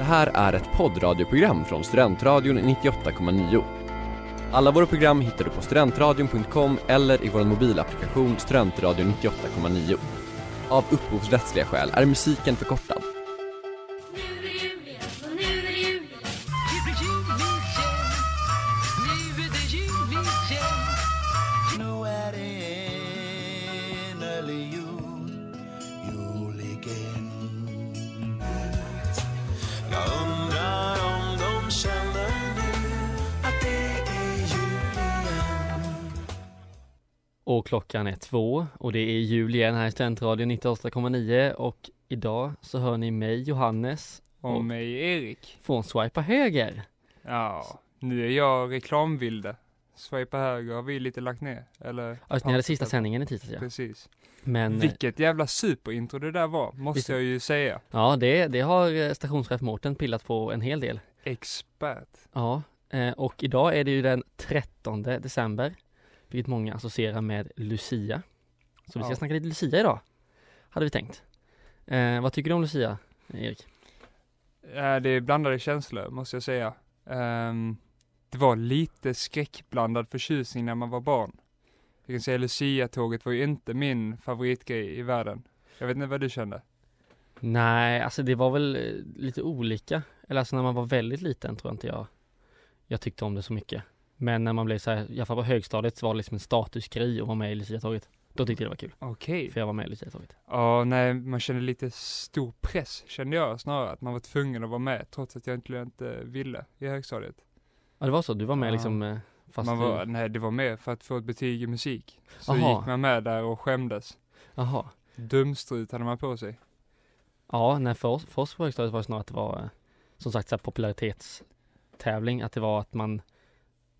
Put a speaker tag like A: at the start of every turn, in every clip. A: här är ett poddradioprogram från Studentradion 98,9. Alla våra program hittar du på studentradion.com eller i vår mobilapplikation Studentradion 98,9. Av upphovsrättsliga skäl är musiken förkortad.
B: Och klockan är två och det är jul igen här i Studentradion 98,9 och idag så hör ni mig Johannes
C: Och mig Erik.
B: från Swipa Höger.
C: Ja, nu är jag reklamvilde. Swipa höger har vi lite lagt ner. Eller?
B: Alltså ni hade sista sändningen i tisdags ja.
C: Precis.
B: Men eh,
C: Vilket jävla superintro det där var,
B: Visst.
C: måste jag ju säga.
B: ja, det, det har eh, stationschef Mårten pillat på en hel del.
C: Expert.
B: Ja, eh, och idag är det ju den 13 december, vilket många associerar med Lucia. Så vi ska
C: Ja.
B: snacka lite Lucia idag, hade vi tänkt. Eh, vad tycker du om Lucia, Erik?
C: Eh, Det är blandade känslor, måste jag säga. Ehm, det var lite skräckblandad förtjusning när man var barn. Jag kan säga Lucia-tåget var ju inte min favoritgrej i världen. Jag vet inte vad du kände?
B: Nej, alltså det var väl eh, lite olika. Eller alltså när man var väldigt liten tror jag inte jag, jag tyckte om det så mycket. Men när man blev så här, i alla fall på högstadiet så var det liksom en statusgrej att vara med i Lucia-tåget. Då tyckte jag det var kul,
C: Okej.
B: för jag var med i Lucia-tåget.
C: Ja, nej, man kände lite stor press, kände jag snarare. Att man var tvungen att vara med, trots att jag egentligen inte ville i högstadiet.
B: Ja det var så, du var med
C: Ja.
B: liksom eh, fast
C: man var,
B: du,
C: nej, det var med för att få ett betyg i musik. Så
B: Aha.
C: gick man med där och skämdes.
B: jaha.
C: Dumstrut hade man på sig.
B: Ja, nej för oss, för oss på högstadiet var det snarare att det var eh, som sagt så här popularitetstävling, att det var att man,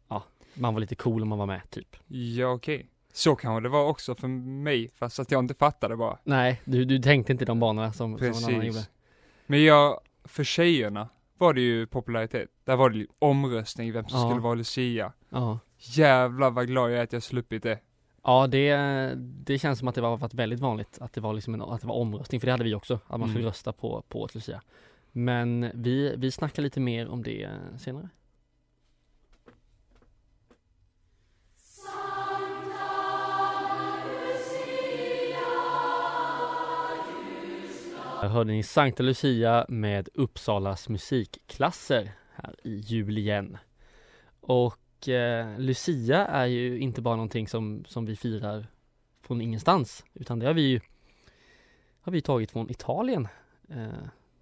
B: ja, man var lite cool om man var med typ.
C: Ja, okej. Så kanske det var också för mig, fast att jag inte fattade bara.
B: Nej, du, du tänkte inte i de banorna som, som någon annan gjorde.
C: Precis. Men jag, för tjejerna var det ju popularitet. Där var det ju omröstning vem som
B: Ja.
C: skulle vara Lucia.
B: Ja.
C: Jävlar vad glad jag är att jag sluppit det.
B: Ja, det, det känns som att det har varit väldigt vanligt att det var liksom en, att det var omröstning, för det hade vi också, att man skulle
C: Mm.
B: rösta på, på ett Lucia. Men vi, vi snackar lite mer om det eh, senare. Där hörde ni Sankta Lucia med Uppsalas musikklasser här i jul igen. Och och eh, Lucia är ju inte bara någonting som, som vi firar från ingenstans, utan det har vi ju har vi tagit från Italien. Eh,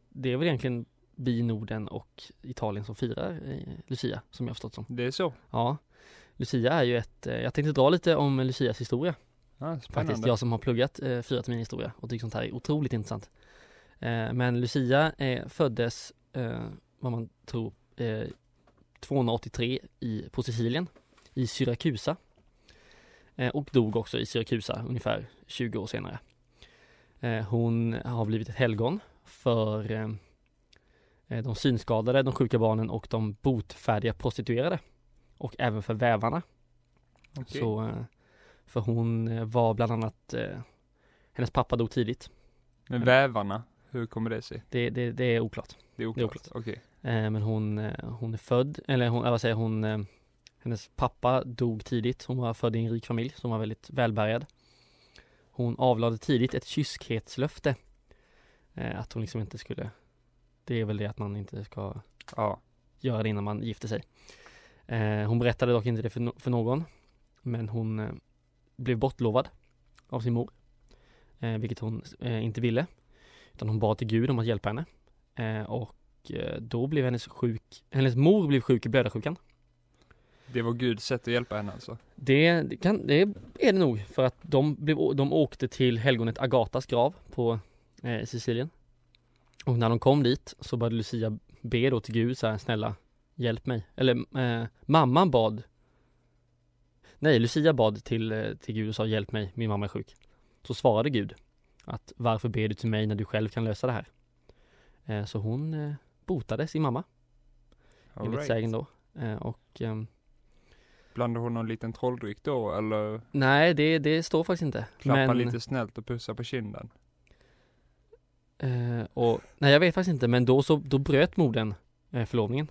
B: det är väl egentligen vi i Norden och Italien som firar eh, Lucia, som jag har förstått som.
C: Det är så.
B: Ja, Lucia är ju ett, eh, jag tänkte dra lite om Lucias historia
C: Ja,
B: faktiskt,
C: spännande.
B: jag som har pluggat eh, fyra terminer historia och tycker sånt här är otroligt intressant. Eh, men Lucia eh, föddes, eh, vad man tror, eh, 283 i, på Sicilien, i Syrakusa. Eh, och dog också i Syrakusa ungefär 20 år senare. Eh, hon har blivit ett helgon för eh, eh, de synskadade, de sjuka barnen och de botfärdiga prostituerade. Och även för vävarna.
C: Okej.
B: Så, eh, för hon eh, var bland annat, eh, hennes pappa dog tidigt.
C: Men vävarna, hur kommer det sig?
B: Det, det, det är oklart.
C: Det
B: Det
C: är
B: är
C: oklart.
B: oklart.
C: Okej.
B: Eh, men hon, eh, hon är född, eller hon, eh, vad säger jag, hon, eh, hennes pappa dog tidigt. Hon var född i en rik familj som var väldigt välbärgad. Hon avlade tidigt ett kyskhetslöfte. Eh, att hon liksom inte skulle, det är väl det att man inte ska
C: Ja.
B: göra det innan man gifte sig. Eh, hon berättade dock inte det för, no- för någon, men hon eh, blev bortlovad av sin mor, eh, vilket hon eh, inte ville. Utan hon bad till Gud om att hjälpa henne. Eh, och eh, då blev hennes sjuk, hennes mor blev sjuk i blödarsjukan.
C: Det var Guds sätt att hjälpa henne alltså.
B: Det, det, kan, det är det nog för att de, blev, å- de åkte till helgonet Agatas grav på eh, Sicilien. Och när de kom dit så började Lucia be då till Gud så här, snälla hjälp mig. Eller eh, mamman bad Nej, Lucia bad till, eh, till Gud och sa hjälp mig, min mamma är sjuk. Så svarade Gud att varför ber du till mig när du själv kan lösa det här? Eh, så hon eh, botade sin mamma,
C: All
B: enligt sägen då. Eh, och ehm,
C: Blandade hon någon liten trolldryck då eller
B: nej, det, det står faktiskt inte.
C: klappade
B: Men-
C: lite snällt och pussade på kinden?
B: Eh, och, nej jag vet faktiskt inte men då så, då bröt modern eh, förlovningen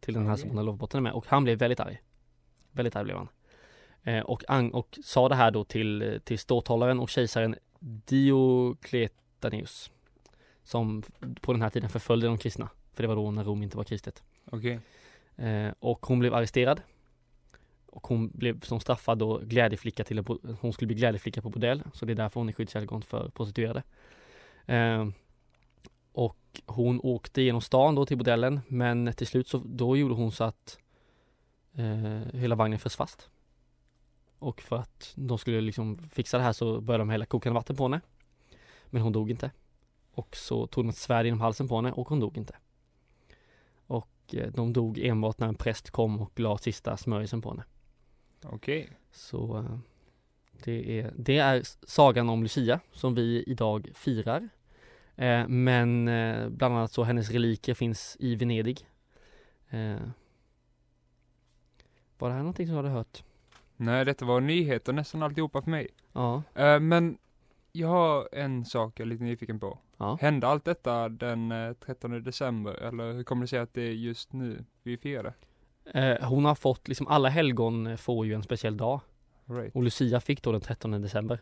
B: Till den här som
A: Okej.
B: hon hade lovbotten med och han blev väldigt arg Väldigt arg blev han eh, och, ang- och sa det här då till, eh, till ståthållaren och kejsaren Diocletianus Som på den här tiden förföljde de kristna För det var då när Rom inte var kristet
C: Okej.
B: Eh, och hon blev arresterad. Och hon blev som straffad då glädjeflicka till en, bo- hon skulle bli glädjeflicka på bordell. Så det är därför hon är skyddshelgon för prostituerade. Eh, och hon åkte genom stan då till bordellen men till slut så då gjorde hon så att eh, hela vagnen frös fast. Och för att de skulle liksom fixa det här så började de hälla kokande vatten på henne. Men hon dog inte. Och så tog de ett svärd genom halsen på henne och hon dog inte. Och eh, de dog enbart när en präst kom och la sista smörjelsen på henne.
C: Okej.
B: Så eh, det är, det är sagan om Lucia som vi idag firar. Eh, Men eh, bland annat så hennes reliker finns i Venedig. Eh, Var det här någonting som du hade hört?
C: Nej, detta var nyheter nästan alltihopa för mig.
B: Ja,
C: Eh, men jag har en sak jag är lite nyfiken på.
B: ja.
C: Hände allt detta den eh, 13 december? Eller hur kommer det sig att det är just nu vi firar det?
B: Eh, Hon har fått, liksom alla helgon får ju en speciell dag.
C: Right.
B: Och Lucia fick då den 13 december.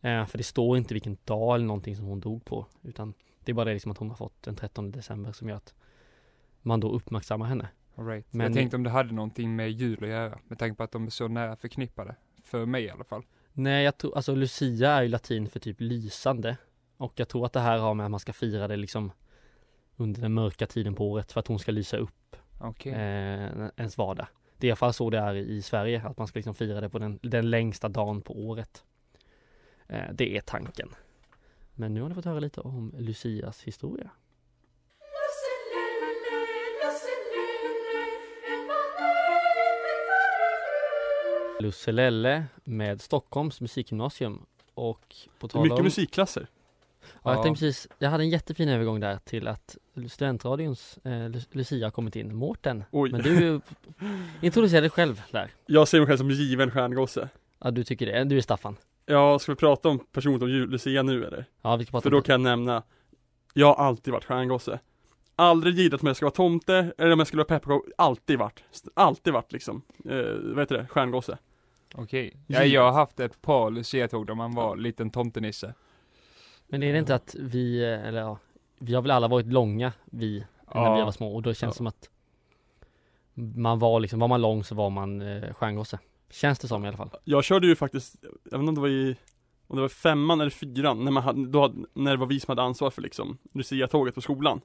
B: Eh, för det står inte vilken dag eller någonting som hon dog på. Utan det är bara det liksom att hon har fått den 13 december som gör att man då uppmärksammar henne.
C: Right.
B: Men-
C: Jag tänkte om det hade någonting med jul att göra, med tanke på att de är så nära förknippade. För mig i alla fall.
B: Nej, jag tror, alltså Lucia är ju latin för typ lysande. Och jag tror att det här har med att man ska fira det liksom under den mörka tiden på året för att hon ska lysa upp
C: Okej.
B: eh, ens vardag. Det är i alla fall så det är i Sverige, att man ska liksom fira det på den, den längsta dagen på året. Eh, det är tanken. Men nu har ni fått höra lite om Lucias historia. Lusselelle med Stockholms musikgymnasium och på tal
D: Mycket
B: om,
D: musikklasser.
B: Ja, jag
C: Ja.
B: tänkte precis, jag hade en jättefin övergång där till att studentradions eh, Lu- Lucia har kommit in, Mårten.
D: Oj.
B: Men du introducerade dig själv där.
D: Jag ser mig själv som given stjärngosse.
B: Ja, du tycker det. Du är Staffan.
D: Ja, ska vi prata om personen om Ju- Lucia nu eller?
B: Ja, vi ska prata
D: För
B: om
D: då kan jag nämna, jag har alltid varit stjärngosse. Aldrig gillat om jag skulle vara tomte eller om jag skulle vara pepparkaka, alltid varit, alltid varit liksom, eh, vad heter det, stjärngosse.
C: Okej. Ja, jag har haft ett par luciatåg där man var liten tomtenisse.
B: Men är det inte att vi, eh, eller ja, vi har väl alla varit långa, vi, när vi var
C: Ja,
B: små och då känns det som att man var liksom, var man lång så var man eh, stjärngosse. Känns det som i alla fall.
D: Jag körde ju faktiskt, jag vet inte om det var i, om det var femman eller fyran, när man hade, då hade, när det var vi som hade ansvar för liksom, Lucia-tåget på skolan.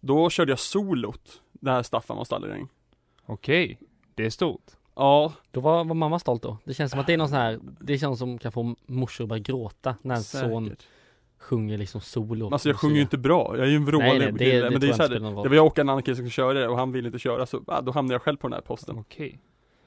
D: Då körde jag solot, det här Staffan var stallering.
C: okej. Det är stort.
D: Ja,
B: Då var, var mamma stolt då. Det känns som att det är någon sån här, det känns som kan få morsor att börja gråta när en son
D: säkert.
B: sjunger liksom solo.
D: Men alltså jag sjunger ju inte bra, jag är ju en vrålig
B: Nej, nej, det, det,
D: kille, men
B: tror
D: det är
B: jag inte
D: så här,
B: spelar någon
D: det
B: roll.
D: var jag och en annan kille som körde det och han ville inte köra så, ah, då hamnade jag själv på den här posten.
B: Mm.
C: Okej.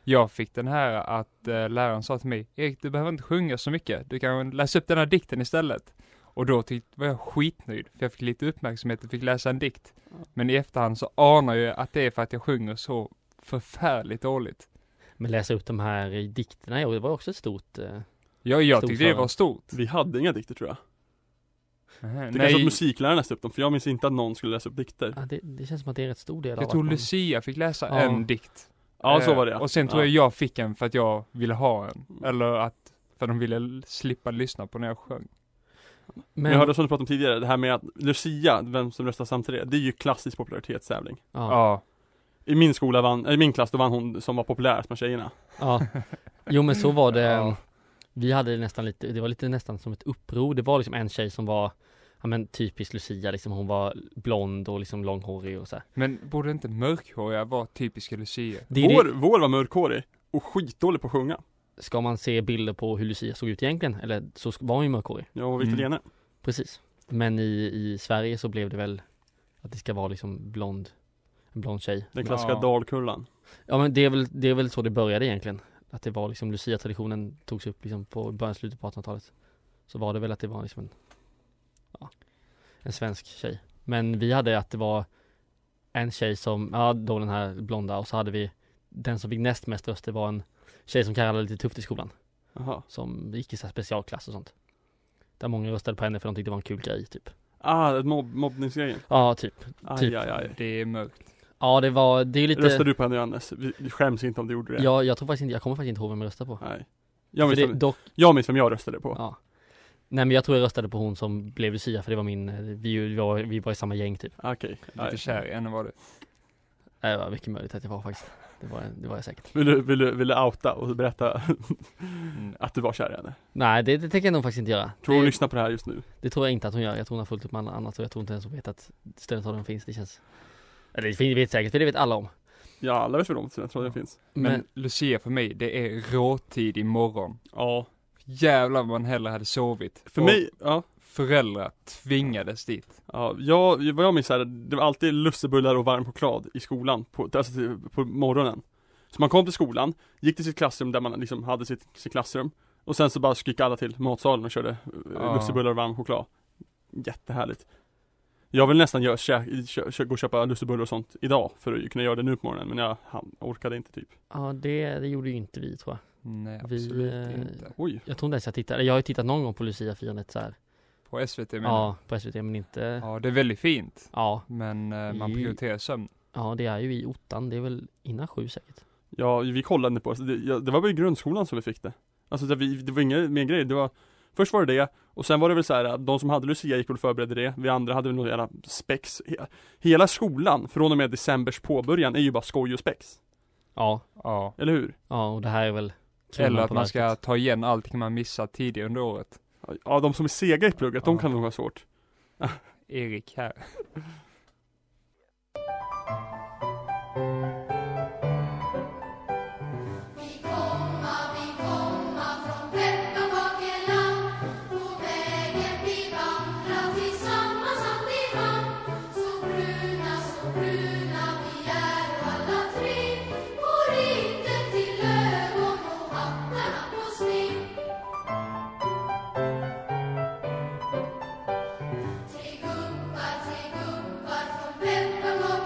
C: Jag fick den här att eh, läraren sa till mig, Erik du behöver inte sjunga så mycket, du kan läsa upp den här dikten istället. Och då tyckte, var jag skitnöjd, för jag fick lite uppmärksamhet och fick läsa en dikt. Men i efterhand så anar jag att det är för att jag sjunger så förfärligt dåligt.
B: Men läsa upp de här eh, dikterna, ja, det var också ett stort eh,
C: Ja, jag
B: Stort
C: tyckte det
B: för
C: var
B: en.
C: stort.
D: Vi hade inga dikter tror jag.
C: Nej,
D: Det kanske att musikläraren läste upp dem, för jag minns inte att någon skulle läsa upp dikter.
B: ja, det, det känns som att det är en rätt stor del av
C: jag tror
B: att man-
C: Lucia fick läsa
B: Ja.
C: en dikt.
D: Ja, så
C: Eh,
D: var det
C: Och sen tror
D: ja.
C: jag jag fick en för att jag ville ha en.
D: Mm.
C: Eller att, för de ville l- slippa lyssna på när jag sjöng.
D: Men jag hörde som du pratade om tidigare, det här med att Lucia, vem som röstar samtidigt, det är ju klassisk popularitetstävling.
B: ja.
C: Ja.
D: I min skola vann, äh, i min klass då vann hon som var populärast med tjejerna.
B: Ja, jo men så var det.
C: Ja.
B: Vi hade det nästan lite, det var lite nästan som ett uppror. Det var liksom en tjej som var, ja men typisk Lucia liksom, hon var blond och liksom långhårig och så här.
C: Men borde inte mörkhåriga vara typiska Lucia?
B: Det är det-
D: Vår, vår var mörkhårig och skitdålig på att sjunga.
B: Ska man se bilder på hur Lucia såg ut egentligen, eller så sk- var hon ju mörkhårig,
D: Jag och Victor
C: Mm.
D: Lehne.
B: precis. Men i, i Sverige så blev det väl att det ska vara liksom blond, en blond tjej.
D: Den klassiska
C: Ja.
D: dalkullan.
B: Ja men det är väl, det är väl så det började egentligen. Att det var liksom Lucia-traditionen togs upp liksom på början, slutet på 1800-talet. Så var det väl att det var liksom en, ja, en svensk tjej. Men vi hade att det var en tjej som, ja då den här blonda och så hade vi den som fick näst mest röster var en tjej som kallade lite tufft i skolan.
D: Jaha.
B: Som gick i så här specialklass och sånt. Där många röstade på henne för de tyckte det var en kul grej typ.
D: Ah, ett mobb, mobbningsgrejen.
B: Ja, typ.
D: Aj,
B: Typ.
D: aj, aj.
C: Det är mörkt.
B: Ja, det var, det är ju lite...
D: Röstar du på henne Johannes? Vi, vi skäms inte om du gjorde det.
B: Ja, jag tror faktiskt inte, jag kommer faktiskt inte ihåg vem jag röstade på.
D: Nej. Jag
B: för
D: minns,
B: det,
D: vem,
B: dock,
D: jag minns vem jag röstade på.
B: ja. Nej men jag tror jag röstade på hon som blev Lucia för det var min, eh, vi, vi, var, vi var i samma gäng typ.
D: Okej.
C: Lite
D: aj.
C: kär i henne var du.
B: Nej, Det var mycket möjligt att jag var faktiskt. Det var, det var jag säkert.
D: Vill du, vill, du, vill du outa och berätta
C: Mm.
D: att du var kär i henne?
B: Nej det, det tänker jag nog faktiskt inte göra.
D: Tror hon
B: det,
D: lyssnar på det här just nu?
B: det tror jag inte att hon gör. Jag tror hon har fullt upp med annat och jag tror inte ens hon vet att studentradio'n finns. Det känns... Eller det fin- vet säkert för det vet alla om.
D: Ja, alla vet väl om det, jag tror jag det finns.
C: Men,
B: Men,
C: Lucia för mig, det är råtid imorgon.
D: Ja.
C: Jävlar vad man hellre hade sovit.
D: För
C: Och
D: mig, ja.
C: föräldrar tvingades dit.
D: Ja, jag, vad jag minns här, det var alltid lussebullar och varm choklad i skolan, på, alltså till- på morgonen. Så man kom till skolan, gick till sitt klassrum där man liksom hade sitt, sitt klassrum och sen så bara gick alla till matsalen och körde eh,
C: Ja.
D: lussebullar och varm choklad. Jättehärligt. Jag vill nästan göra, käk, kö, kö, gå och köpa lussebullar och sånt idag för att kunna göra det nu på morgonen men jag han, orkade inte typ.
B: ja det, det gjorde ju inte vi tror jag.
C: Nej,
B: Vi,
C: absolut
B: eh,
C: inte.
D: Oj.
B: Jag tror inte ens jag tittade. Jag har ju tittat någon gång på Lucia-firandet så här.
C: På SVT menar jag.
B: Ja, på SVT men inte.
C: Ja, det är väldigt fint.
B: Ja,
C: Men eh, man
B: I-
C: prioriterar sömn.
B: ja det är ju i ottan. Det är väl innan sju säkert.
D: Ja, vi kollade på alltså, det, ja, det var väl i grundskolan som vi fick det. Alltså det, vi, det var inga mer grejer, det var Först var det det, och sen var det väl så här att de som hade Lucia gick väl och förberedde det, vi andra hade väl några jävla spex. He- Hela skolan, från och med decembers påbörjan, är ju bara skoj och spex.
B: Ja,
C: Ja.
D: Eller hur?
B: ja och det här är väl kronan
C: Eller att
B: på
C: man ska
B: verket.
C: ta igen allting man missat tidigare under året.
D: Ja, de som är sega i plugget, de
C: Ja.
D: kan nog ha svårt.
C: Erik här.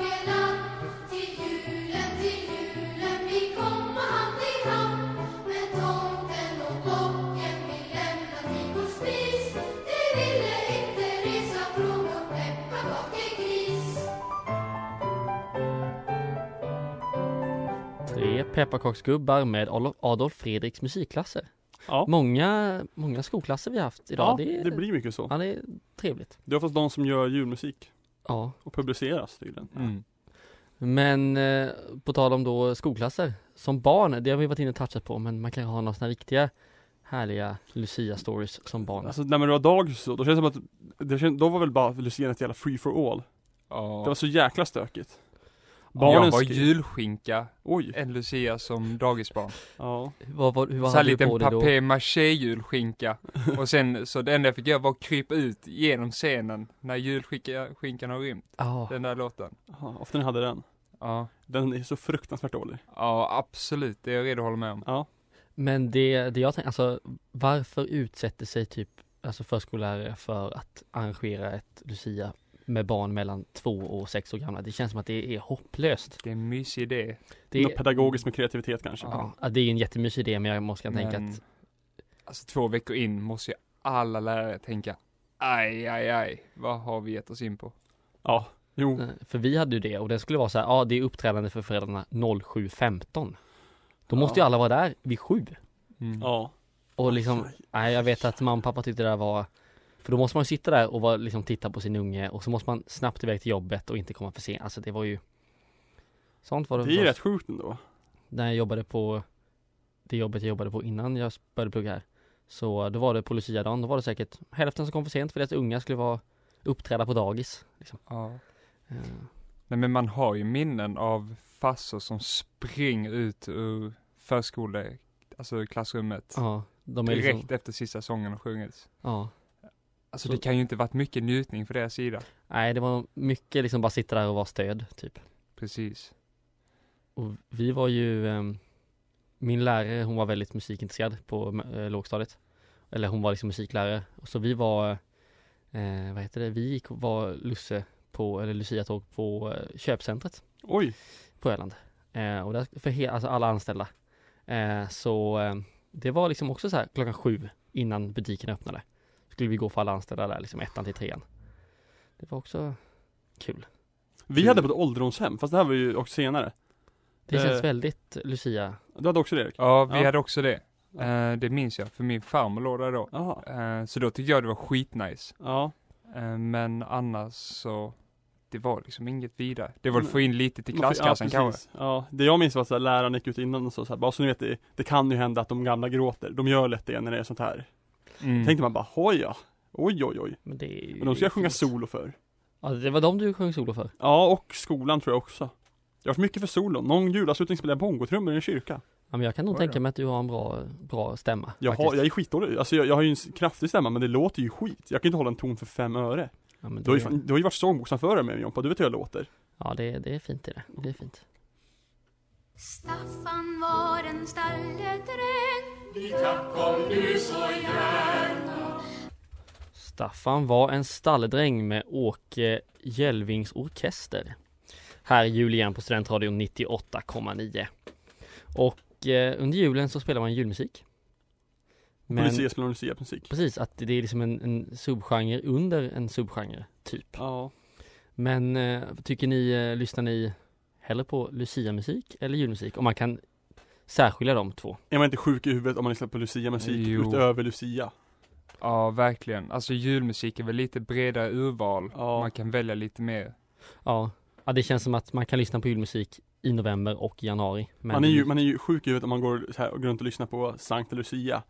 E: Till julen, till julen, vi komma hand i hand men tomten och bocken vill lämna till vår spis De ville inte resa från vår pepparkakegris
B: Tre pepparkaksgubbar med Olo- Adolf Fredriks musikklasser.
D: Ja,
B: Många, många skolklasser vi har haft idag.
D: ja
B: det,
D: det,
B: är,
D: blir mycket så.
B: ja, det är trevligt.
D: Det var fast de som gör julmusik
B: Ja,
D: och publiceras tydligen.
C: Mm.
B: men eh, på tal om då skolklasser. Som barn, det har vi varit inne och touchat på, men man kan ha några sådana riktiga härliga Lucia-stories som barn.
D: Alltså när man var dagis så, då känns det som att, det känns, då var väl bara Lucia ett jävla free for all.
C: Ja.
D: Det var så jäkla stökigt.
C: jag
D: Barnen
C: var
D: skri-
C: julskinka,
D: Oj.
C: en lucia som dagisbarn.
D: Ja.
B: Vad, vad, hur
C: Så här
B: hade du på
C: liten
B: dig då?
C: papier maché julskinka. Och sen så det enda jag fick göra var att krypa ut genom scenen när julskinkan har rymt.
B: Ja,
C: Den där låten.
D: Jaha, ofta ni hade den.
C: Ja,
D: Den är så fruktansvärt dålig.
C: ja absolut. Det är jag redo att hålla med om.
D: Ja.
B: men det, det jag tänkte, alltså varför utsätter sig typ alltså förskollärare för att arrangera ett Lucia med barn mellan två och sex år gamla? Det känns som att det är hopplöst.
C: Det är en mysig idé.
B: Det
D: Något pedagogiskt med kreativitet kanske.
B: Ja, ja, det är en jättemysig idé men jag måste kan tänka
C: Men,
B: att
C: Alltså två veckor in måste ju alla lärare tänka Aj, aj, aj. Vad har vi gett oss in på?
D: Ja. Jo.
B: eh, För vi hade ju det och det skulle vara så här, ja det är uppträdande för föräldrarna 07.15 Då måste
D: Ja.
B: ju alla vara där vid sju
C: Mm.
D: Ja.
B: Och liksom, nej jag vet att mamma och pappa tyckte det där var För då måste man ju sitta där och vara, liksom titta på sin unge och så måste man snabbt iväg till jobbet och inte komma för sent Alltså det var ju Sånt var det
D: Det är ju
B: förstås.
D: rätt sjukt ändå.
B: när jag jobbade på det jobbet jag jobbade på innan jag började plugga här. Så då var det på Luciadagen, då var det säkert hälften som kom för sent för deras unga skulle vara uppträda på dagis. Liksom.
C: Ja.
B: Eh,
D: Mm.
C: Nej men man har ju minnen av farsor som springer ut ur förskole, alltså klassrummet.
B: Ja, de är
C: direkt
B: liksom,
C: efter sista sången har sjungits.
B: ja.
C: Alltså
B: Så-
C: det kan ju inte varit mycket njutning för deras sida.
B: Nej, det var mycket liksom bara sitta där och vara stöd typ.
C: Precis.
B: Och vi var ju, ehm, min lärare hon var väldigt musikintresserad på eh, lågstadiet. Eller hon var liksom musiklärare. Och så vi var, eh, vad heter det, vi gick och var Lusse på, eller Lucia-tåg på eh, köpcentret.
D: Oj.
B: på Öland. Eh, och där, för he- alltså alla anställda. Eh, så eh, det var liksom också så här klockan sju innan butiken öppnade. Skulle vi gå för alla anställda där, liksom ettan till trean. Det var också kul.
D: Vi hade på ett ålderdomshem, fast det här var ju också senare.
B: Det
D: Eh.
B: känns väldigt Lucia.
D: Du hade också det Erik?
C: Ja, vi
D: Ja.
C: hade också det. Eh, det minns jag, för min farmor låg där då.
D: Jaha.
C: Eh, så då tyckte jag det var skitnice.
D: Ja.
C: Eh, men annars så, det var liksom inget vidare. Det var att
D: Mm.
C: få in lite till
D: Man får-
C: klasskassan
D: ja,
C: kanske.
D: precis. Ja, det jag minns var att läraren gick ut innan och så, så här, bara så ni vet, det, det kan ju hända att de gamla gråter. De gör lätt det när det är sånt här.
C: Mm.
D: Tänkte man bara, oj ja. Oj oj oj.
B: Men det är ju
D: Men de ska jag sjunga
B: fint.
D: solo för.
B: Ja, det var de du sjöng solo för.
D: Ja, och skolan tror jag också. Jag har varit mycket för solo. Någon julavslutning spelade jag bongotrummor i en kyrka.
B: Ja, men jag kan nog
C: Oj då.
B: tänka mig att du har en bra, bra stämma.
D: Jag, har,
B: faktiskt.
D: jag är skitdålig. Alltså jag, jag har ju en s- kraftig stämma men det låter ju skit. Jag kan inte hålla en ton för fem öre.
B: ja, men
D: Du har
B: det,
D: ju, fan, du har ju varit sångboksanförare med mig Jompa, du vet hur jag låter.
B: ja det, det är fint i det. Det är fint.
E: Staffan var en stalledräng
B: Staffan var en stalledräng med Åke Jelvings orkester. Här i jul igen på Studentradion 98,9. Och eh, under julen så spelar man julmusik.
D: Men... Lucia spelar Lucia-musik.
B: precis, att det är liksom en, en subgenre under en subgenre, typ.
D: Ja.
B: Men eh, tycker ni, eh, lyssnar ni hellre på Lucia-musik eller julmusik? Om man kan särskilja de två.
D: Är man inte sjuk i huvudet om man lyssnar på Lucia-musik
C: Jo.
D: utöver Lucia?
C: Ja, verkligen. Alltså julmusik är väl lite bredare urval.
D: Ja.
C: Man kan välja lite mer.
B: Ja. ja, det känns som att man kan lyssna på julmusik i november och januari. Men
D: Man är, ju, man är ju sjuk i huvudet om man går så här och går runt och lyssnar på Sankta Lucia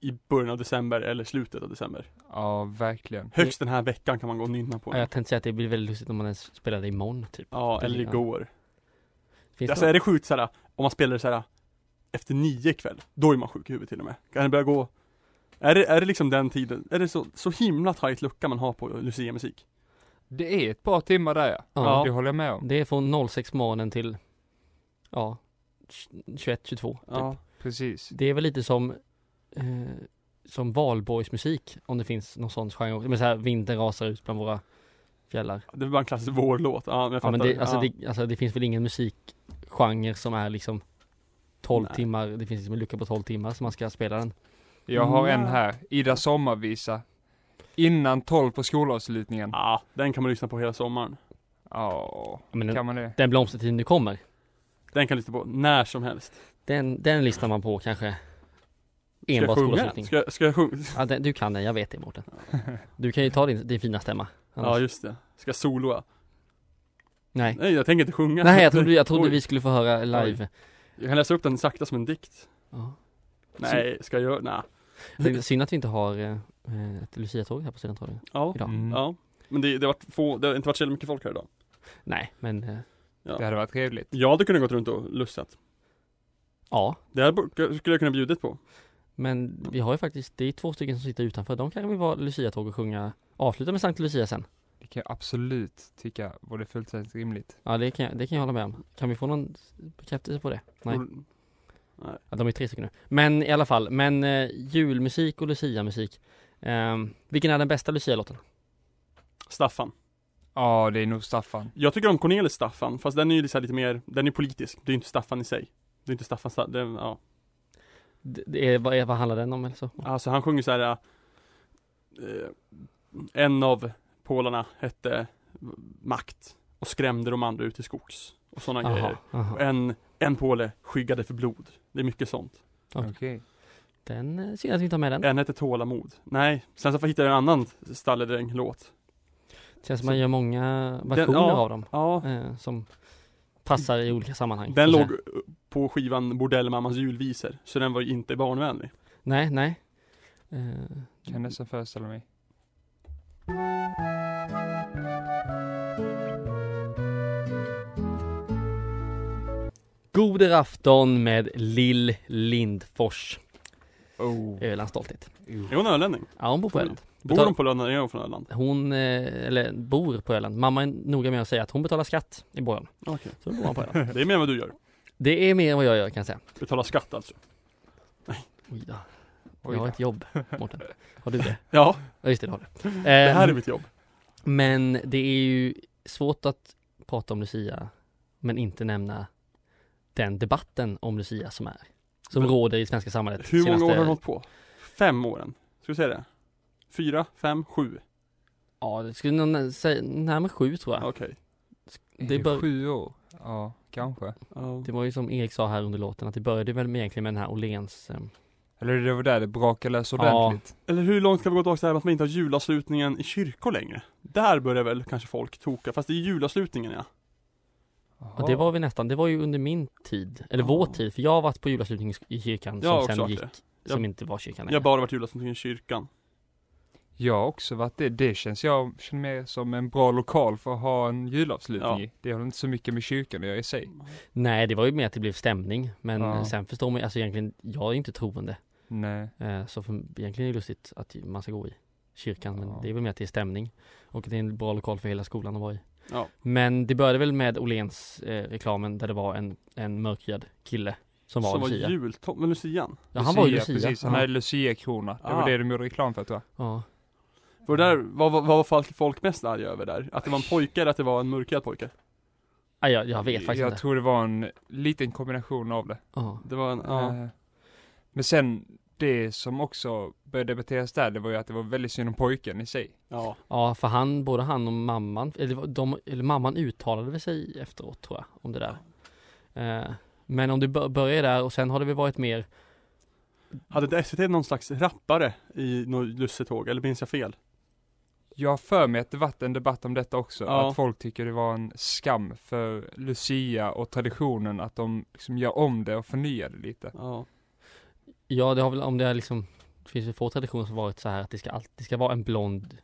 D: i början av december eller slutet av december.
C: Ja, verkligen.
D: Högst den här veckan kan man gå och nynna på
B: Ja,
D: den.
B: jag tänkte säga att det blir väldigt lustigt om man ens spelar det imorgon typ.
D: Ja, eller
B: Ja.
D: igår.
B: Finns
D: Alltså
B: det?
D: är det sjukt såhär, om man spelar såhär efter nio ikväll, då är man sjuk i huvudet till och med. Kan det börja gå är det, är det liksom den tiden, är det så, så himla tight lucka man har på Lucia-musik?
C: Det är ett par timmar där ja.
B: Ja.
C: Det håller jag med om.
B: Det är från 06 på morgonen till ja, 21, 22 typ.
D: Ja,
C: Precis.
B: Det är väl lite som eh, som valborgsmusik om det finns någon sån genre. Men så här, vintern rasar ut bland våra fjällar.
D: det är bara en klassisk vårlåt, ja men jag
B: Ja,
D: fattar.
B: men det, alltså,
D: ja.
B: det, alltså det finns väl ingen musikgenre som är liksom 12
D: Nej.
B: timmar, det finns liksom en lucka på 12 timmar som man ska spela den.
C: Jag har en
D: Nja.
C: här. Ida Sommarvisa. Innan 12 på skolavslutningen.
D: Ja, den kan man lyssna på hela sommaren.
C: Ja,
B: Ja, Men den,
C: kan man det?
B: den blomstertiden nu kommer,
D: Den kan man lyssna på när som helst.
B: den, den listar man på kanske
D: Ska jag
B: enbart
D: sjunga?
B: skolavslutning.
D: Ska, jag- ska jag sjunga?
B: Ja, den, du kan den, jag vet det Mårten. Du kan ju ta din, din fina stämma.
D: Ja
B: annars-
D: just det. Ska jag soloa?
B: Nej.
D: Nej jag tänker inte sjunga.
B: Nej, jag trodde, jag trodde
D: Oj.
B: vi skulle få höra live.
D: Jag kan läsa upp den sakta som en dikt.
B: Ja.
D: Nej, ska jag göra? Nej.
B: Det är synd att vi inte har eh, eh, ett Lucia-tåg här på Studentradion
D: Ja.
B: idag.
C: Mm.
D: Ja. Men det, det, har varit få, det har inte varit så jävla mycket folk här idag.
B: Nej, men eh,
C: Det hade varit trevligt.
D: Jag hade kunnat gått runt och lussat.
B: ja.
D: Det här borde- skulle jag kunna bjudit på.
B: Men vi har ju faktiskt, det är två stycken som sitter utanför. De kan väl vara Lucia-tåg och sjunga, avsluta med Sankt Lucia sen.
C: Det kan jag absolut tycka vore fullständigt rimligt.
B: Ja, det kan, jag- det kan jag hålla med om. Kan vi få någon bekräftelse på det? Nej. Ja, de är tre stycken nu. Men i alla fall, men eh, julmusik och Lucia-musik. Ehm, vilken är den bästa Lucia-låten?
D: Staffan.
C: Ja, det är nog Staffan.
D: Jag tycker om Cornelis Staffan, fast den är ju liksom lite mer, den är politisk. Det är inte Staffan i sig. Det är inte Staffan, Sta- det, ja.
B: Det, det är, vad, är- vad handlar den om eller så?
D: Alltså han sjunger så här. Eh, en av pålarna hette Makt och skrämde de andra ut i skogs. Och sådana grejer.
B: Aha, aha.
D: Och en, en påle skyggade för blod. Det är mycket sånt.
C: Okej.
B: Den, eh, synd att vi inte har med den.
D: En hette Tålamod. Nej, sen så hittade jag en annan stalledräng-låt.
B: Känns som man gör många versioner
D: Den- ja.
B: av dem.
D: Ja,
B: Eh, som passar i olika sammanhang.
D: den
B: så att
D: låg på skivan Bordellmammans julvisor, så den var ju inte barnvänlig.
B: säga. Nej, nej. Eh,
C: Kan nästan föreställa mig.
B: God er afton med Lill Lindfors.
C: Oh.
B: Ölands stolthet.
D: Är hon ölänning?
B: Ja, hon bor på
D: Oj.
B: Öland.
D: Bor
B: Betal-
D: hon på Öland? Är hon från Öland?
B: Hon, eh, eller bor på Öland. Mamma är noga med att säga att hon betalar skatt i Borgholm.
D: Okej.
B: Så då bor hon på Öland.
D: Det är mer än vad du gör.
B: Det är mer än vad jag gör kan jag säga.
D: Betala skatt alltså.
B: Oj då.
C: Oj
B: jag
C: då.
B: har ett jobb, Mårten. Har du det?
D: Ja,
B: Ja, just det, det har du. Eh,
D: det här är mitt jobb.
B: Men det är ju svårt att prata om Lucia men inte nämna den debatten om Lucia som är som
D: Men-
B: råder i det svenska samhället
D: Hur många
B: Ehm, senaste-
D: år har hon hållit på? Fem åren? Ska vi säga det? Fyra, fem, sju?
B: Ja, det skulle någon säga, närmare sju tror jag.
D: Okej.
C: Är
B: Det
C: det
B: är bara-
C: sju år? Ja, kanske.
D: Ja.
B: Det var ju som Erik sa här under låten, att det började väl med egentligen med den här Åhléns ehm,
C: Eller det var där det brakade lös
B: Ja.
C: ordentligt.
D: Eller hur långt kan vi gå tillbaka till det här med att man inte har julavslutningen i kyrkor längre? Där börjar väl kanske folk toka, fast det är julavslutningen ja.
B: Och det var vi nästan, det var ju under min tid, eller
D: Ja.
B: vår tid, för jag har varit på julavslutning i kyrkan
D: Jag har
B: som
D: också
B: sen
D: varit
B: gick,
D: det.
B: som inte var kyrkan
D: Jag har bara varit julavslutning i kyrkan.
C: Jag har också varit det. Det känns jag känner mig som en bra lokal för att ha en julavslutning
D: Ja.
C: i. Det har inte så mycket med kyrkan att göra i sig.
B: Nej, det var ju mer att det blev stämning, men
C: Ja.
B: eh, sen förstår man ju- alltså egentligen, jag är ju inte troende,
C: Nej.
B: eh, så för, egentligen är det lustigt att man ska gå i kyrkan, men
C: Ja.
B: det är väl mer att det är stämning och det är en bra lokal för hela skolan att vara i.
D: Ja.
B: Men det började väl med Åhléns eh, reklamen där det var en, en mörkhyad kille som var
D: Som var
B: Lucia.
D: jultom, men lucian.
B: ja, han var ju Lucia.
C: Precis, han
B: ja.
C: hade Lucia-krona. Det
D: Ah.
C: var det de gjorde reklam för tror jag.
B: ja.
D: Var det där, vad, vad, vad var folk- folk mest arga över där? Att det var en pojke eller att det var en mörkhyad pojke?
B: Ah, jag, jag vet faktiskt
C: jag
B: inte.
C: tror det var en liten kombination av det.
B: Ja.
D: Det var en, ja.
C: Eh, Men sen, det som också började debatteras där, det var ju att det var väldigt synd om pojken i sig.
D: ja.
B: Ja, för han, både han och mamman, eller, det var- de, eller mamman uttalade väl sig efteråt tror jag, om det där. Eh, men om du bör- börjar där och sen har det väl varit mer,
D: Hade inte SVT någon slags rappare i något lussetåg, eller minns jag fel?
C: Jag har för mig att det varit en debatt om detta också,
D: Ja.
C: att folk tycker det var en skam för Lucia och traditionen att de liksom gör om det och förnyar det lite.
D: Ja.
B: ja det har väl, om det är liksom, det finns ju få traditioner som varit så här att det ska alltid, det ska vara en blond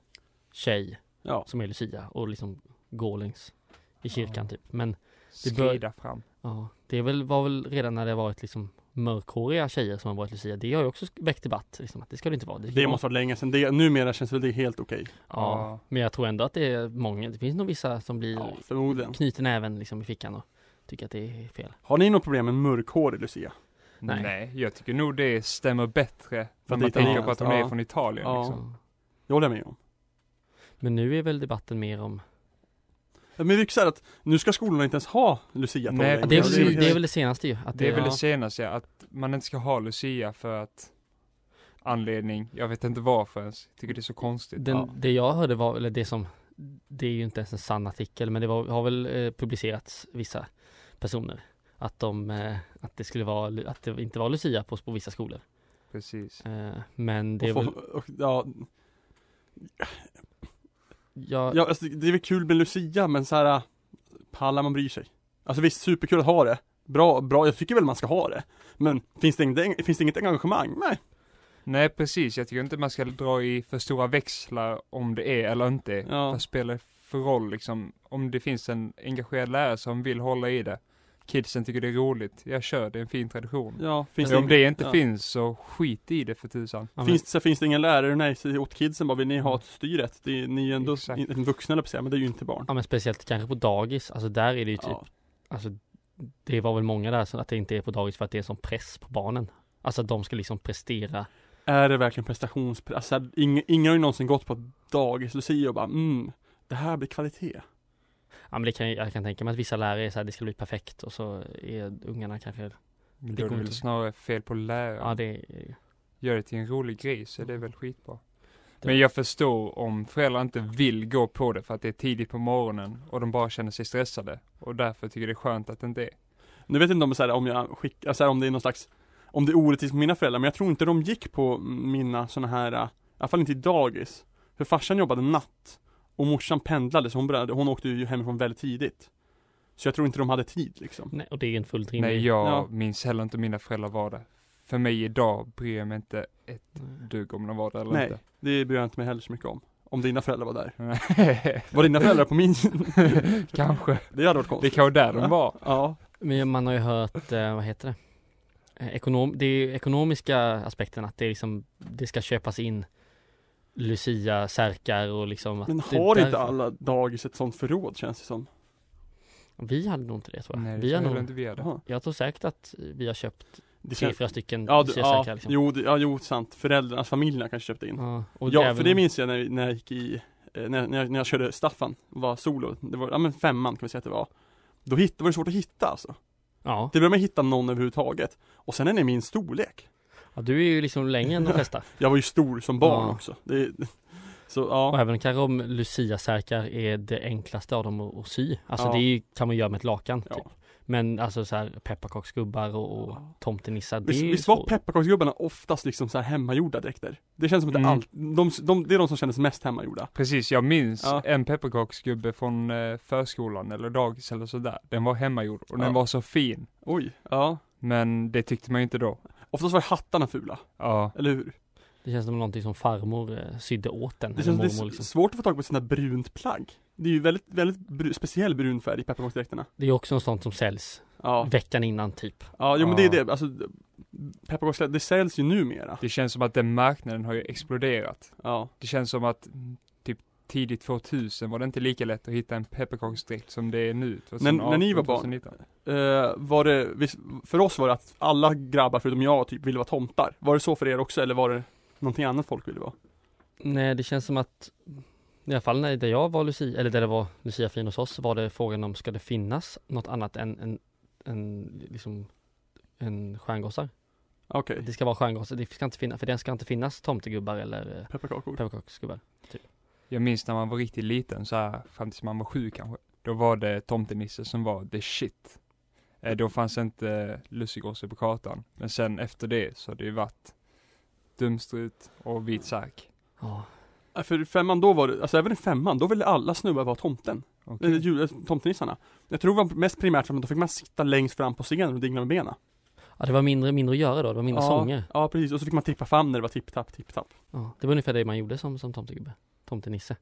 B: tjej
D: Ja.
B: som är Lucia och liksom går längs i kyrkan
C: Ja.
B: typ. Men Det bör-
C: Skrida fram.
B: ja, det är väl, var väl redan när det varit liksom mörkhåriga tjejer som har varit Lucia, det har ju också väckt debatt, liksom, att det ska det inte vara. ska
D: Det
B: vara-
D: måste vara länge sedan, det, numera känns väl det helt okej?
B: ja, men jag tror ändå att det är många, det finns nog vissa som blir
D: Ja, förmodligen.
B: knyter näven liksom i fickan och tycker att det är fel.
D: Har ni något problem med mörkhårig Lucia?
B: Nej.
C: Nej. jag tycker nog det stämmer bättre
D: det
C: när
D: är
C: man tänker
D: italienskt,
C: på att hon
D: ja.
C: är från Italien
D: Ja.
C: liksom.
D: Det håller jag med om.
B: Men nu är väl debatten mer om,
D: Men vi fick så här att nu ska skolorna inte ens ha lucia
C: Nej,
B: det är,
C: precis.
B: väl, det är väl det senaste ju, att
C: Det är väl
B: ja.
C: det senaste, ja, att man inte ska ha Lucia för att anledning, jag vet inte varför ens, Jag tycker det är så konstigt.
B: den,
C: Ja.
B: det jag hörde var, eller det som, det är ju inte ens en sann artikel, men det var, har väl eh, publicerats vissa personer. Att de, eh, att det skulle vara, att det inte var Lucia på, på vissa skolor.
C: Precis.
B: Eh, men det är
D: Och få,
B: väl,
D: och, ja,
B: ja,
D: ja, alltså, det är väl kul med lucia men så här äh, pallar man bryr sig? Alltså visst, superkul att ha det. Bra, bra, jag tycker väl man ska ha det. Men finns det, inget, finns det inget engagemang? Nej.
C: Nej precis, jag tycker inte man ska dra i för stora växlar om det är eller inte är.
D: Ja.
C: Vad spelar det för roll liksom? Om det finns en engagerad lärare som vill hålla i det. Kidsen tycker det är roligt, jag kör, det är en fin tradition.
D: Ja, finns
C: Men om det inte
D: ja.
C: finns så skit i det för tusan.
B: ja, men-
D: Finns, så finns det ingen lärare, nej, så åt kidsen bara, vill ni ha ett styret? Det är, ni är ju ändå
C: Mm. Exakt.
D: en vuxna eller på att säga, men det är ju inte barn.
B: ja men speciellt kanske på dagis, alltså där är det ju typ
D: Ja.
B: Alltså det var väl många där som att det inte är på dagis för att det är som press på barnen. Alltså att de ska liksom prestera.
D: Är det verkligen prestations... Alltså, här, ingen, ingen har ju någonsin gått på ett dagis lucia och bara, mm, det här blir kvalitet.
B: Ja men det kan, ju- jag kan tänka mig att vissa lärare är så här, det ska bli perfekt och så är ungarna kanske,
C: Men
B: Det
C: då är
B: går
C: det väl
B: inte.
C: snarare fel på läraren.
B: ja det är
C: Gör det till en rolig grej så det är väl skitbra.
B: Det-
C: Men jag förstår om föräldrar inte vill gå på det för att det är tidigt på morgonen och de bara känner sig stressade och därför tycker det är skönt att det inte är.
D: Nu vet jag inte om, så här, om jag skickar, så här, om det är någon slags Om det är orättvist med mina föräldrar, men jag tror inte de gick på mina såna här äh, I alla fall inte i dagis För farsan jobbade natt Och morsan pendlade, så hon, började, hon åkte ju hemifrån väldigt tidigt Så jag tror inte de hade tid liksom
B: Nej, och det är en fullt rimlig.
C: Nej jag
D: Ja.
C: minns heller inte om mina föräldrar var där. För mig idag bryr jag mig inte ett dugg om de var där eller
D: Nej.
C: inte.
D: Det bryr jag inte mig heller så mycket om Om dina föräldrar var där
C: Nej.
D: Var dina föräldrar på min?
C: Kanske.
D: Det hade varit
C: Det
D: konstigt
C: kan vara där de var.
D: Ja,
B: Men man har ju hört, eh, vad heter det? Eh, Ekonom, det är ju ekonomiska aspekten att det är liksom, det ska köpas in Lucia, särkar och liksom att
D: men
B: det är
D: har inte
B: därför-
D: alla dagis ett sånt förråd känns det som?
B: Vi hade nog inte det tror jag.
C: Nej,
B: vi
C: det
B: har
C: tror jag
B: nog,
C: inte vi hade.
D: Jaha.
B: jag tror säkert att vi har köpt
D: Det
B: tre,
D: känns,
B: fyra stycken
D: ja, du,
B: Lucia-särkar
D: ja,
B: liksom.
D: jo, det- ja, jo, sant Föräldrarna, alltså familjerna kanske köpte in
B: Ja, och
D: ja,
B: även
D: för
B: om-
D: det minns jag när, vi- när jag gick i, eh, när, när, jag, när jag körde Staffan, var solo, det var, ja men femman kan vi säga att det var Då hitt, var det svårt att hitta alltså.
B: Ja,
D: Det började med att hitta någon överhuvudtaget Och sen är det min storlek
B: ja du är ju liksom längre än de flesta.
D: Jag var ju stor som barn
B: Ja.
D: också det, Så
B: Och
D: ja,
B: även kanske om Lucia-särkar är det enklaste av dem att, att sy. Alltså
D: Ja.
B: det är, ju- kan man göra med ett lakan.
D: ja.
B: Typ. Men alltså så här pepparkaksgubbar och, och tomtenissar. Det
D: Visst,
B: är ju
D: visst var
B: svårt.
D: pepparkaksgubbarna oftast liksom så här hemmagjorda dräkter? Det känns som att
C: Mm.
D: allt, de, de, det är de som kändes mest hemmagjorda.
C: Precis, jag minns
D: Ja.
C: en pepparkaksgubbe från eh, förskolan eller dagis eller sådär. Den var hemmagjord och
D: Ja.
C: den var så fin.
D: Oj, ja.
C: Men det tyckte man ju inte då.
D: Oftast var hattarna fula,
C: Ja,
D: eller hur?
B: Det känns som någonting som farmor eh, sydde åt en.
D: Det
B: eller
D: känns som det
B: mormor,
D: är
B: liksom.
D: s- svårt att få tag på sina brunt plagg. Det är ju väldigt, väldigt bru, speciell brun färg i pepparkaksdräkterna.
B: det är också något sånt som säljs
D: Ja,
B: veckan innan typ.
D: ja jo men det är
C: Ja.
D: det, alltså pepparkaksdräkter, det säljs ju numera.
C: det känns som att den marknaden har ju exploderat.
D: Ja.
C: Det känns som att mm, typ tidigt 2000 var det inte lika lätt att hitta en pepparkaksdräkt som det är nu.
D: när ni var barn?
C: 2019.
D: Eh, var det, visst- för oss var det att alla grabbar förutom jag typ ville vara tomtar. Var det så för er också eller var det någonting annat folk ville vara?
B: Nej det känns som att i alla fall när där jag var Lucia, eller där det var Lucia-fin hos oss var det frågan om ska det finnas något annat än en, en liksom en stjärngossar.
D: Okej,
B: Det ska vara stjärngossar, det ska inte finnas, för den ska inte finnas tomtegubbar eller eh,
D: pepparkakor.
B: pepparkaksgubbar.
C: Jag minns när man var riktigt liten, så här, fram tills man var sju kanske. Då var det tomtenisse som var the shit. Eh, då fanns inte lussegosse på kartan. Men sen efter det så har det ju varit dumstrut och vit särk.
B: Ja,
D: Ja, Eh, För i femman då var det, alltså även i femman, då ville alla snubbar vara tomten.
C: Och
D: Eller jul, eh, tomtenissarna. Jag tror det var mest primärt för att då fick man sitta längst fram på scenen och dingla med benen.
B: ja det var mindre, mindre att göra då, det var mindre
D: ja,
B: sånger.
D: Ja precis, och så fick man tippa fram när det var tipp-tapp, tipp-tapp.
B: Ja, det var ungefär det man gjorde som, som tomtegubbe, tomtenisse.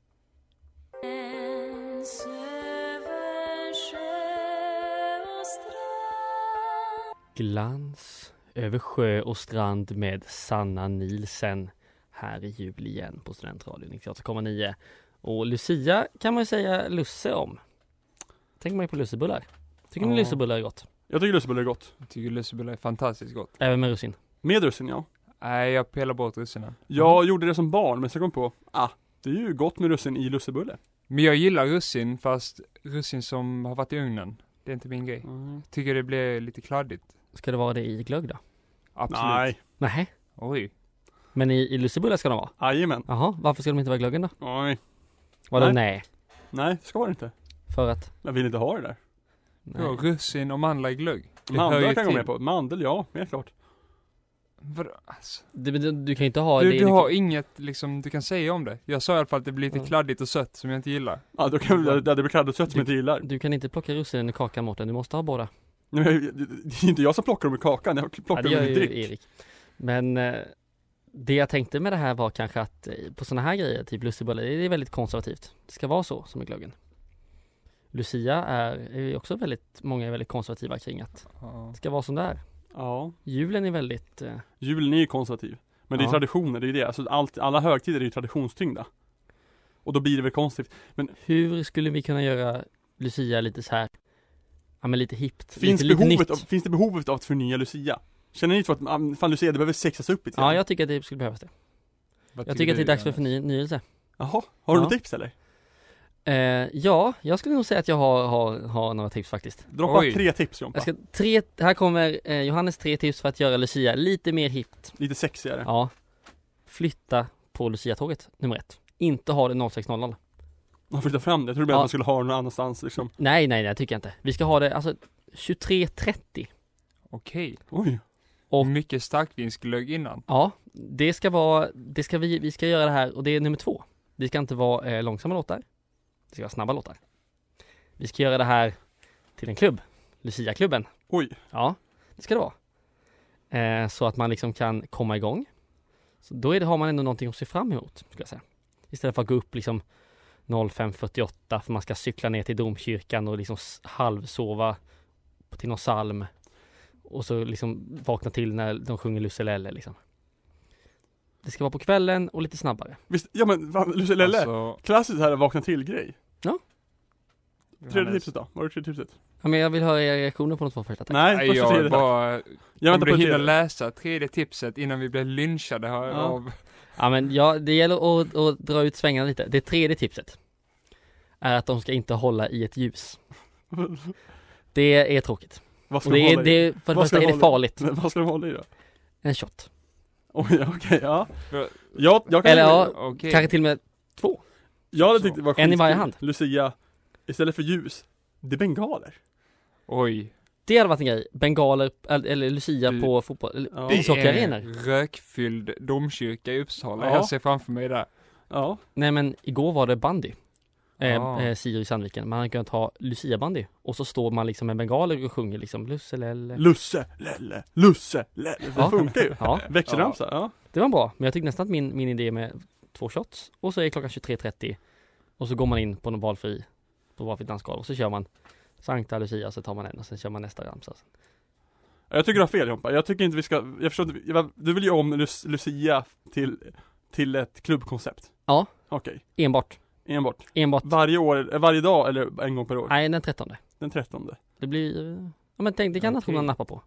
E: Ens över sjö och strand
B: Glans över sjö och strand med Sanna Nielsen här i jul igen på Studentradion 98,9. Och Lucia kan man ju säga lusse om. Tänker man ju på lussebullar. Tycker ni
C: Ja.
B: lussebullar är gott?
D: Jag tycker lussebullar är gott.
C: jag tycker lussebullar är fantastiskt gott.
B: Även med russin.
D: Med russin ja.
C: Nej, jag pelar bort russinen.
D: Jag gjorde det som barn men sen kom jag på, ah, det är ju gott med russin i lussebulle.
C: Men jag gillar russin, fast russin som har varit i ugnen. Det är inte min grej.
B: Mm,
C: Tycker det blir lite kladdigt.
B: Ska det vara det i glögg då?
C: Absolut.
D: Nej,
B: Nej,
C: Oj.
B: men i, i lussebullar ska de vara.
D: jajamän.
B: Jaha, varför ska de inte vara i glöggen då?
D: Nej,
B: Vadå
D: Nej.
B: nej?
D: nej, det ska det inte.
B: För att?
D: Jag vill inte ha det där.
B: Nej.
C: Ja, russin och mandlar i glögg. Det hör
D: Mandel kan
C: ju
D: jag gå
C: till.
D: med på. Mandel, ja, helt klart.
C: Vadå? Alltså.
B: Du, men du, du kan ju inte ha det
C: Du,
B: i
C: du
B: liksom-
C: har inget liksom du kan säga om det. Jag sa i alla fall att det blir lite
B: Ja.
C: kladdigt och sött som jag inte gillar.
D: Ja, då kan jag, det blir kladdigt sött som jag inte gillar.
B: du kan inte plocka russinen ur kakan Mårten, du måste ha båda.
D: Nej, men jag- det är inte jag som plockar dem ur kakan, jag plockar
B: det
D: dem ur min
B: gör ju
D: dryck.
B: Erik. Men eh, det jag tänkte med det här var kanske att eh, på sådana här grejer, typ lussebullar, det är väldigt konservativt. Det ska vara så som i glöggen. Lucia är, är ju också väldigt, många är väldigt konservativa kring att
C: Ja.
B: det ska vara som det är.
D: Ja.
B: Julen är väldigt, eh,
D: Julen är ju konservativ. Men det är
B: Ja.
D: traditioner, det är ju det. Alltså allt, alla högtider är ju traditionstyngda. Och då blir det väl konstigt.
B: hur skulle vi kunna göra Lucia lite så här, ja men lite hippt,
D: Finns,
B: lite, lite
D: behovet
B: nytt.
D: av, finns det behovet av att förnya Lucia? Känner ni två att, ah, fan Lucia, det behöver sexas upp lite?
B: Ja, jag tycker att det skulle behövas det.
C: Vad
B: Jag tycker att det är dags för
C: Jonas?
B: förnyelse.
D: Jaha, har du
B: Ja.
D: något tips eller?
B: Eh, ja, jag skulle nog säga att jag har, har, har några tips faktiskt.
D: Droppa
C: Oj.
D: tre tips Jompa.
B: Jag ska, tre, här kommer eh, Johannes tre tips för att göra Lucia lite mer hippt.
D: Lite sexigare.
B: Ja. Flytta på Lucia-tåget, nummer ett. Inte ha det 0600.
D: Man flyttar fram det, jag trodde bara
B: Ja.
D: att man skulle ha det någon annanstans liksom.
B: Nej, nej, nej, tycker jag inte. Vi ska ha det alltså 23.30.
C: Okej.
D: Oj.
B: Och-
C: Mycket starkvinsglögg innan.
B: Ja, det ska vara, det ska vi, vi ska göra det här och det är nummer två. Det ska inte vara eh, långsamma låtar. Det ska vara snabba låtar. Vi ska göra det här till en klubb. Lucia-klubben.
D: Oj.
B: Ja, det ska det vara. Eh, så att man liksom kan komma igång. Så då är det, har man ändå någonting att se fram emot, skulle jag säga. Istället för att gå upp liksom 05.48 för man ska cykla ner till domkyrkan och liksom s- halvsova på- till någon psalm. Och så liksom vakna till när de sjunger Lusse-Lelle liksom. Det ska vara på kvällen och lite snabbare.
D: Visst, ja men fan, Lucia Lelle.
C: Alltså,
D: Klassiskt här, vakna till grej. Tredje
C: Johannes.
D: tipset då? Var det tredje tipset?
B: Ja, men jag vill höra era reaktioner på de två första. tack.
D: Nej,
C: Nej,
D: första
C: jag
D: tredje.
C: bara,
D: Jag
C: om
D: väntar på
C: du
D: det
C: hinner
D: tredje.
C: läsa tredje tipset innan vi blir lynchade här
D: Ja.
C: av
B: Ja men ja, det gäller att, att dra ut svängarna lite. Det tredje tipset är att de ska inte hålla i ett ljus. Det är tråkigt.
D: Vad ska
B: Och det
D: de
B: är,
D: hålla
B: det
D: i?
B: är, för det
D: Vad ska
B: första
D: de
B: är det
D: hålla i?
B: farligt.
D: Men Vad ska de hålla i då?
B: En shot.
D: Oj, okej, ja. Jag, jag kan
B: Eller ja,
C: Okej.
B: Kanske till och med Två?
D: Jag hade
B: Så.
D: tyckt det var
B: En i
D: skitkul.
B: varje hand.
D: Lucia, istället för ljus, det är bengaler.
C: Oj.
B: Det hade varit en grej, bengaler, eller, eller lucia
C: Du-
B: på fotboll, eller
D: Ja.
C: Det är
B: ishockeyarenor.
C: en rökfylld domkyrka i Uppsala.
D: Ja.
C: Jag ser framför mig där.
D: Ja,
B: Nej men igår var det bandy. Eh,
C: Ah.
B: eh, Sirius Sandviken, man hade kunnat ha Lucia-bandy och så står man liksom med bengaler och sjunger liksom Lusselelle
D: Lusse, Lelle, Lusse, Lelle. Det
B: Ja.
D: funkar ju.
B: Ja,
D: Växelramsa, ja.
B: det var bra, men jag tyckte nästan att min, min idé med två shots och så är klockan 23.30 och så går man in på någon valfri, på valfritt dansgolv och så kör man Sankta Lucia så tar man en och sen kör man nästa ramsa.
D: Jag tycker du har fel Jompa, jag tycker inte vi ska, jag förstår inte, jag- du vill ju om Lus- Lucia till, till ett klubbkoncept?
B: Ja.
D: Okej,
B: Enbart,
D: enbart.
B: enbart,
D: Varje år, eh, varje dag eller en gång per år?
B: nej den 13
D: Den trettonde?
B: Det blir, eh, ja men tänk, det kan
C: Okej.
B: nationen nappa på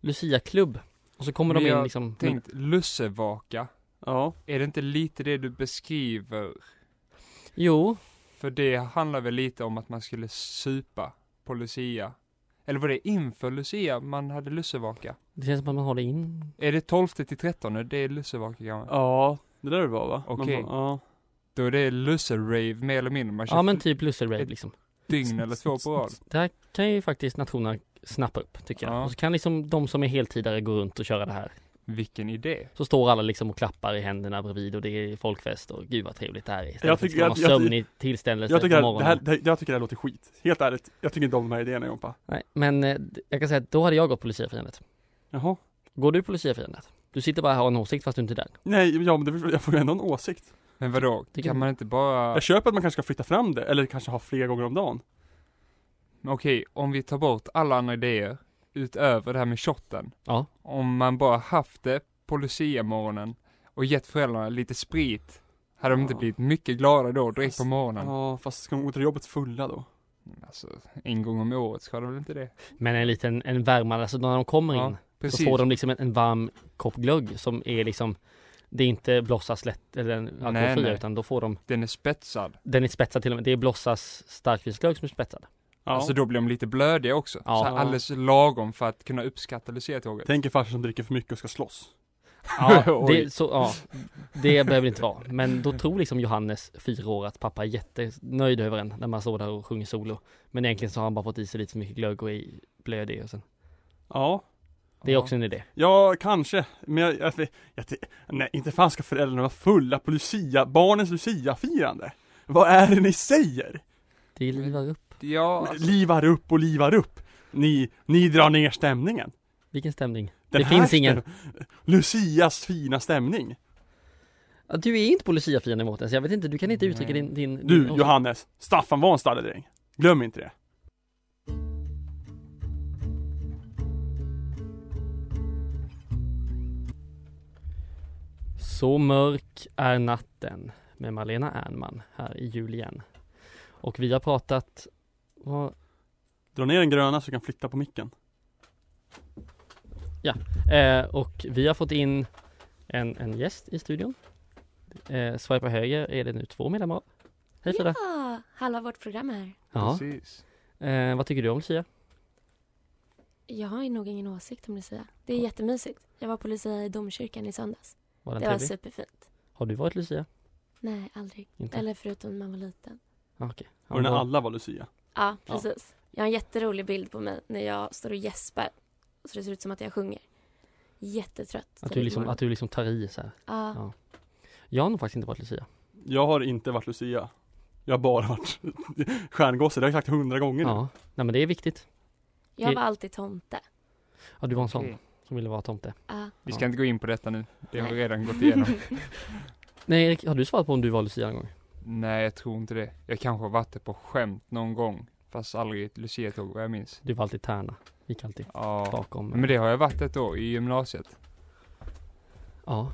B: Lucia-klubb och så kommer
C: Men
B: de in
C: jag
B: liksom
C: Tänk, lussevaka.
D: Ja.
C: Är det inte lite det du beskriver?
B: Jo,
C: För det handlar väl lite om att man skulle supa på Lucia. Eller var det inför Lucia man hade lussevaka?
B: det känns som att man håller in
C: Är det 12 till 13? Det är lussevaka gammal.
D: Ja, det där det var va? Man
C: Okej.
D: får- Ja.
C: Då är det lusserave mer eller mindre. Man kör
B: Ja men typ Lusserave liksom
C: dygn eller två på rad.
B: Det här kan ju faktiskt nationerna snappa upp tycker jag.
C: Ja.
B: Och så kan liksom de som är heltidare gå runt och köra det här.
C: Vilken idé.
B: Så står alla liksom och klappar i händerna bredvid och det är folkfest och gud vad trevligt det här är. Istället
D: Jag
B: för att
D: tycker-
B: det ska
D: jag-
B: vara
D: jag-
B: sömnig tillställelse
D: Jag tycker,
B: på
D: att det
B: morgonen.
D: här, det, här- jag tycker det här låter skit. Helt ärligt, jag tycker inte om de här idéerna Jompa.
B: Nej, men eh, jag kan säga att då hade jag gått på luciafirandet.
D: Jaha.
B: Går du på luciafirandet? Du sitter bara här och har en åsikt fast du inte är där.
D: Nej, ja, men det, förstår- jag får ju ändå en åsikt.
C: Men vadå,
B: Tycker
C: kan
B: du-
C: man inte bara...
D: Jag köper att man kanske ska flytta fram det, eller kanske ha flera gånger om dagen.
C: Okej, om vi tar bort alla andra idéer utöver det här med shotten.
B: Ja.
C: Om man bara haft det på Lucia-morgonen och gett föräldrarna lite sprit. Hade de inte
D: Ja.
C: blivit mycket glada då, direkt på
D: Fast-
C: morgonen?
D: Ja, fast ska de gå till jobbet fulla då?
C: Alltså, en gång om året ska de väl inte det?
B: Men en liten, en värmande, alltså när de kommer
C: Ja,
B: in så
C: Precis.
B: får de liksom en, en varm kopp glögg som är liksom det är inte blossas lätt eller en alkoholfria
C: nej.
B: utan då får de
C: Den är spetsad.
B: Den är spetsad till och med, det är blossas starkvinsglögg som är spetsad.
D: Ja.
C: Alltså då blir de lite blödiga också.
B: Ja.
C: Så här alldeles lagom för att kunna uppskatta Lucia-tåget.
D: Tänk er farsan som dricker för mycket och ska slåss.
B: Ja,
C: Oj.
B: det, så, ja, det behöver det inte vara. Men då tror liksom Johannes, fyra år, att pappa är jättenöjd över en när man står där och sjunger solo. Men egentligen så har han bara fått i sig lite för mycket glögg och är blödig och sen.
D: Ja.
B: Det är
C: Ja.
B: också en idé.
D: Ja, kanske. Men jag, jag, jag, nej, inte fan ska föräldrarna vara fulla på Lucia, barnens Lucia-firande. Vad är det ni säger?
B: Det livar upp.
C: Ja, alltså,
D: Livar upp och livar upp. Ni, ni drar ner stämningen.
B: Vilken stämning.
D: Den
B: det
D: här
B: finns ingen.
D: stäm- Lucias fina stämning.
B: Ja, Du är inte på Lucia-firande Mårten, så jag vet inte, du kan inte uttrycka
C: Nej.
B: din... din
D: Du,
B: din-
D: Johannes. Staffan var en stalledräng. Glöm inte det.
B: Så mörk är natten med Malena Ernman här i jul igen. Och vi har pratat, vad,
D: Dra ner den gröna så du kan flytta på micken.
B: Eh, och vi har fått in en, en gäst i studion. Eh, swipa höger är det nu två medlemmar av. Hej Frida!
F: Ja, halva vårt program här.
B: Ja.
C: precis.
B: Eh, vad tycker du om Lucia?
F: Jag har ju nog ingen åsikt om Lucia. Det är jättemysigt. Jag var på Lucia i domkyrkan i söndags.
B: Var den
F: Det var
B: trevlig?
F: superfint.
B: Har du varit Lucia?
F: Nej, aldrig.
B: Inte?
F: Eller förutom när man var liten.
B: Ah, okej. Ja,
D: Och när
B: bra.
D: alla var Lucia.
F: Ja,
D: Ja.
F: precis. Jag har en jätterolig bild på mig när jag står och gäspar. Så det ser ut som att jag sjunger. Jättetrött.
B: Att du,
F: tidigt
B: liksom,
F: morgon.
B: att du liksom tar i så här.
F: Ja.
B: ja. Jag har nog faktiskt inte varit Lucia.
D: Jag har inte varit Lucia. Jag har bara varit stjärngosse. Det har jag sagt hundra gånger nu.
B: Ja. Nej men det är viktigt.
F: Jag var alltid tomte.
B: Ja du var en sån
C: Okej.
B: som ville vara tomte.
F: Ja.
C: Vi
B: Ja.
C: ska inte gå in på detta nu. Det har vi
F: Nej.
C: redan gått igenom.
B: Nej Erik, har du svarat på om du var Lucia någon gång?
C: Nej, jag tror inte det. Jag kanske har varit det på skämt någon gång. Fast aldrig ett luciatåg vad jag minns.
B: Du var alltid tärna. Gick alltid
C: Ja.
B: bakom.
C: Men det har jag varit ett år i gymnasiet.
B: Ja.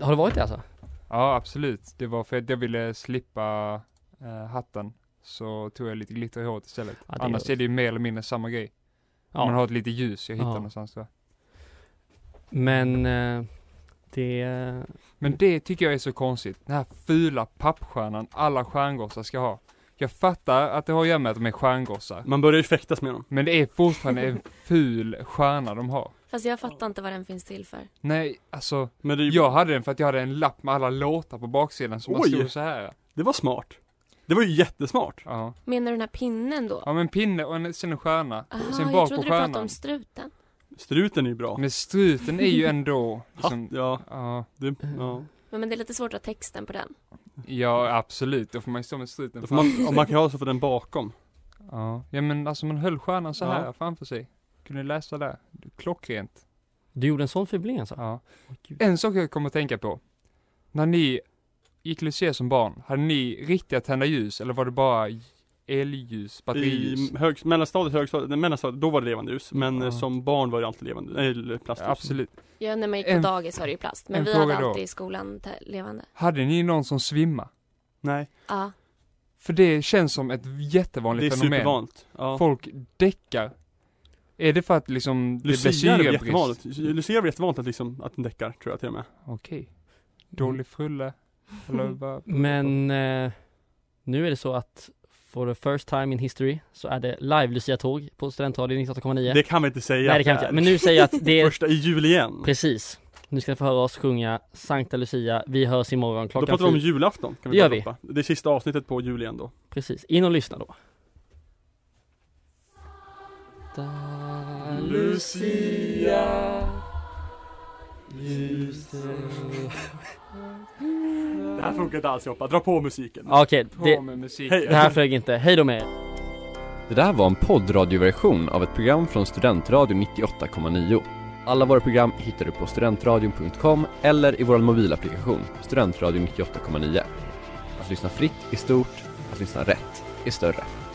B: Har du varit det alltså?
C: Ja, absolut. Det var för att jag ville slippa eh, hatten. Så tog jag lite glitter i håret istället.
B: Ja, det
C: Annars
B: gör-
C: är det ju mer eller mindre samma grej.
B: Ja.
C: Man har ett litet ljus jag hittar
B: Ja.
C: någonstans där.
B: Men eh, det
C: Men det tycker jag är så konstigt. Den här fula pappstjärnan alla stjärngossar ska ha. Jag fattar att det har att göra med att de är stjärngossar.
D: Man börjar ju fäktas med dem.
C: Men det är fortfarande en ful stjärna de har.
F: Fast jag fattar inte vad den finns till för.
C: Nej, alltså.
D: Men det är ju...
C: Jag hade den för att jag hade en lapp med alla låtar på baksidan som man
D: Oj.
C: stod så här.
D: Det var smart. Det var ju jättesmart.
C: Ja.
F: Menar du den här pinnen då?
C: ja men pinne och en, sen en stjärna.
F: Aha,
C: sen
F: jag
C: bak på
F: trodde du pratade
C: stjärnan.
F: om struten.
D: Struten är ju bra.
C: Men struten är ju ändå
D: Hatt,
C: liksom,
D: ja.
C: ja,
D: Det, ja.
F: Men, men det är lite svårt att ha texten på den.
C: ja absolut, då får man ju stå med struten
D: Då får man, om man kan ha så för den bakom.
C: Ja, ja men alltså man höll stjärnan så här
D: Ja.
C: framför sig. Kunde läsa där. Klockrent.
B: Du gjorde en sån feeling alltså?
C: Ja.
B: Åh, gud.
C: En sak jag kommer att tänka på. När ni gick Lucia som barn, hade ni riktiga tända ljus eller var det bara elljus, batteriljus?
D: I hög, mellanstadiet, högstadiet, nej, mellanstadiet, då var det levande ljus. Men
C: Ja.
D: eh, som barn var det alltid levande, nej plastljus.
C: Absolut.
F: Ja, när man gick på
C: En-
F: dagis var det ju plast. Men
C: en
F: vi
C: fråga
F: hade
C: då.
F: alltid i skolan te- levande.
C: Hade ni någon som svimma?
D: Nej,
F: Ja,
C: För det känns som ett
D: det är
C: jättevanligt fenomen.
D: supervanligt. Ja.
C: Folk däckar. Är det för att liksom det blir
D: Lucia blev
C: syrebrist?
D: jättevanligt. Lucia blev jättevanligt att liksom, att den däckar tror jag till och med.
C: Okej. Dålig frulle. Eller vad?
B: Men eh, nu är det så att for the first time in history så är det live Lucia-tåg på Studentradion 98,9
D: Det kan vi inte säga.
B: Nej det kan vi inte, men nu säger jag att det är
D: Första i jul igen.
B: precis Nu ska ni få höra oss sjunga Sankta Lucia, vi hörs imorgon
D: Då
B: klockan
D: pratar vi om
B: fyra
D: julafton. Kan
B: Det gör
D: bara
B: vi.
D: droppa. Det är sista avsnittet på jul igen då.
B: Precis, in och lyssna då
D: Lucia Det här funkar inte alls Joppa, dra på musiken.
B: Okej,
C: På
B: det,
C: med musik.
D: Hej.
B: det här flög inte, hej då med er
A: Det där var en poddradioversion av ett program från Studentradion 98,9. Alla våra program hittar du på studentradion.com eller i vår mobilapplikation Studentradion 98,9. Att lyssna fritt är stort, att lyssna rätt är större.